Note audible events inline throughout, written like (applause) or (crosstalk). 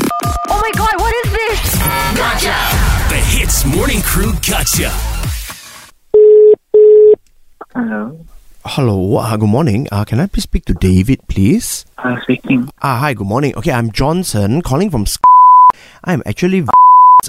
Oh my god, what is this? The Hits Morning Crew Gotcha. Hello. Hello, uh, good morning. Uh, can I please speak to David, please? Uh, speaking. Ah, hi, good morning. Okay, I'm Johnson, calling from. Sk- I'm actually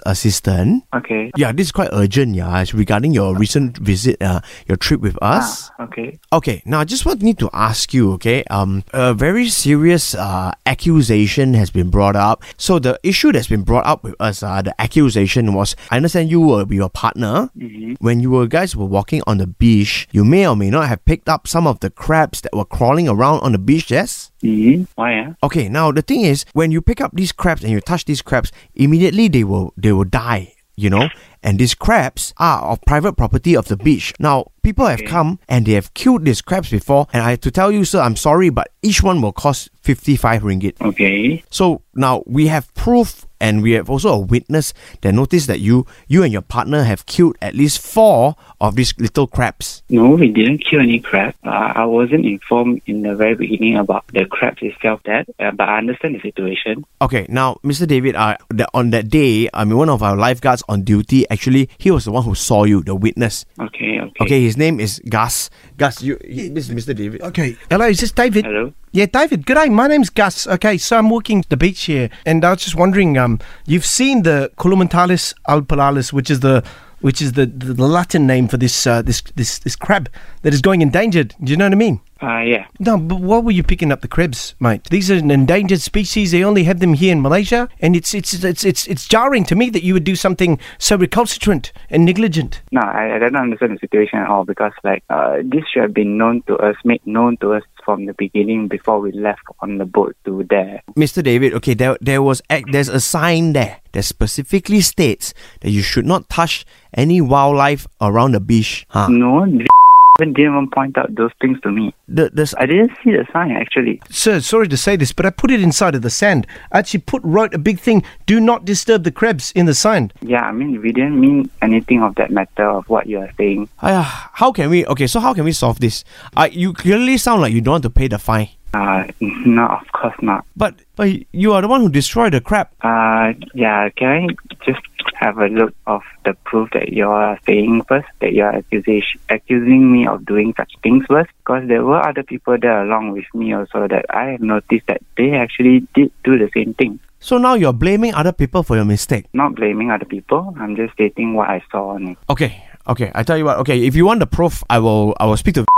assistant. Okay. Yeah, this is quite urgent. Yeah, it's regarding your recent visit, uh, your trip with us. Ah, Okay. Okay, now I just want need to ask you. Okay, um, a very serious uh, accusation has been brought up. So the issue that's been brought up with us, uh, the accusation was, I understand you were with your partner when you were guys were walking on the beach. You may or may not have picked up some of the crabs that were crawling around on the beach. Yes. hmm Why? ah? Okay, now the thing is, when you pick up these crabs and you touch these crabs, immediately they will they will die, you know. And these crabs are of private property of the beach. Now people have come and they have killed these crabs before, and I have to tell you, sir, I'm sorry, but each one will cost fifty-five ringgit. Okay. So now we have proof and we have also a witness that noticed that you you and your partner have killed at least four of these little crabs. No, we didn't kill any crab. Uh, I wasn't informed in the very beginning about the crab itself. That, uh, but I understand the situation. Okay, now, Mr. David, uh, the, on that day, I mean, one of our lifeguards on duty, actually, he was the one who saw you, the witness. Okay. Okay. Okay, his name is Gus. Gus, you, he, this is Mr. David. Okay. Hello, is this David? Hello. Yeah, David. Good day. My name's Gus. Okay, so I'm walking the beach here, and I was just wondering. Um, you've seen the Columentalis alpalalis, which is the which is the, the, the Latin name for this uh, this this this crab that is going endangered. Do you know what I mean? Uh, yeah. No, but why were you picking up the crabs, mate? These are an endangered species. They only have them here in Malaysia, and it's it's it's it's, it's jarring to me that you would do something so recalcitrant and negligent. No, I, I don't understand the situation at all because, like, uh, this should have been known to us, made known to us from the beginning before we left on the boat to there. Mr. David, okay, there, there was ac- there's a sign there that specifically states that you should not touch any wildlife around the beach. Huh? No, they (laughs) even didn't even point out those things to me. The, the, I didn't see the sign actually. Sir, sorry to say this, but I put it inside of the sand. I actually put wrote a big thing: "Do not disturb the crabs" in the sand. Yeah, I mean, we didn't mean anything of that matter of what you are saying. Aiya, Ah, how can we, okay, so how can we solve this? Uh, you clearly sound like you don't want to pay the fine. Uh, (laughs) no, of course not. But, but you are the one who destroyed the crab. Uh, yeah, can I just have a look of the proof that you are saying first, that you are accusation, accusing me of doing such things first? Because there were other people there along with me also that I have noticed that they actually did do the same thing. So now you're blaming other people for your mistake. Not blaming other people, I'm just stating what I saw on it. Okay, okay. I tell you what. Okay, if you want the proof, I will. I will speak to. (laughs)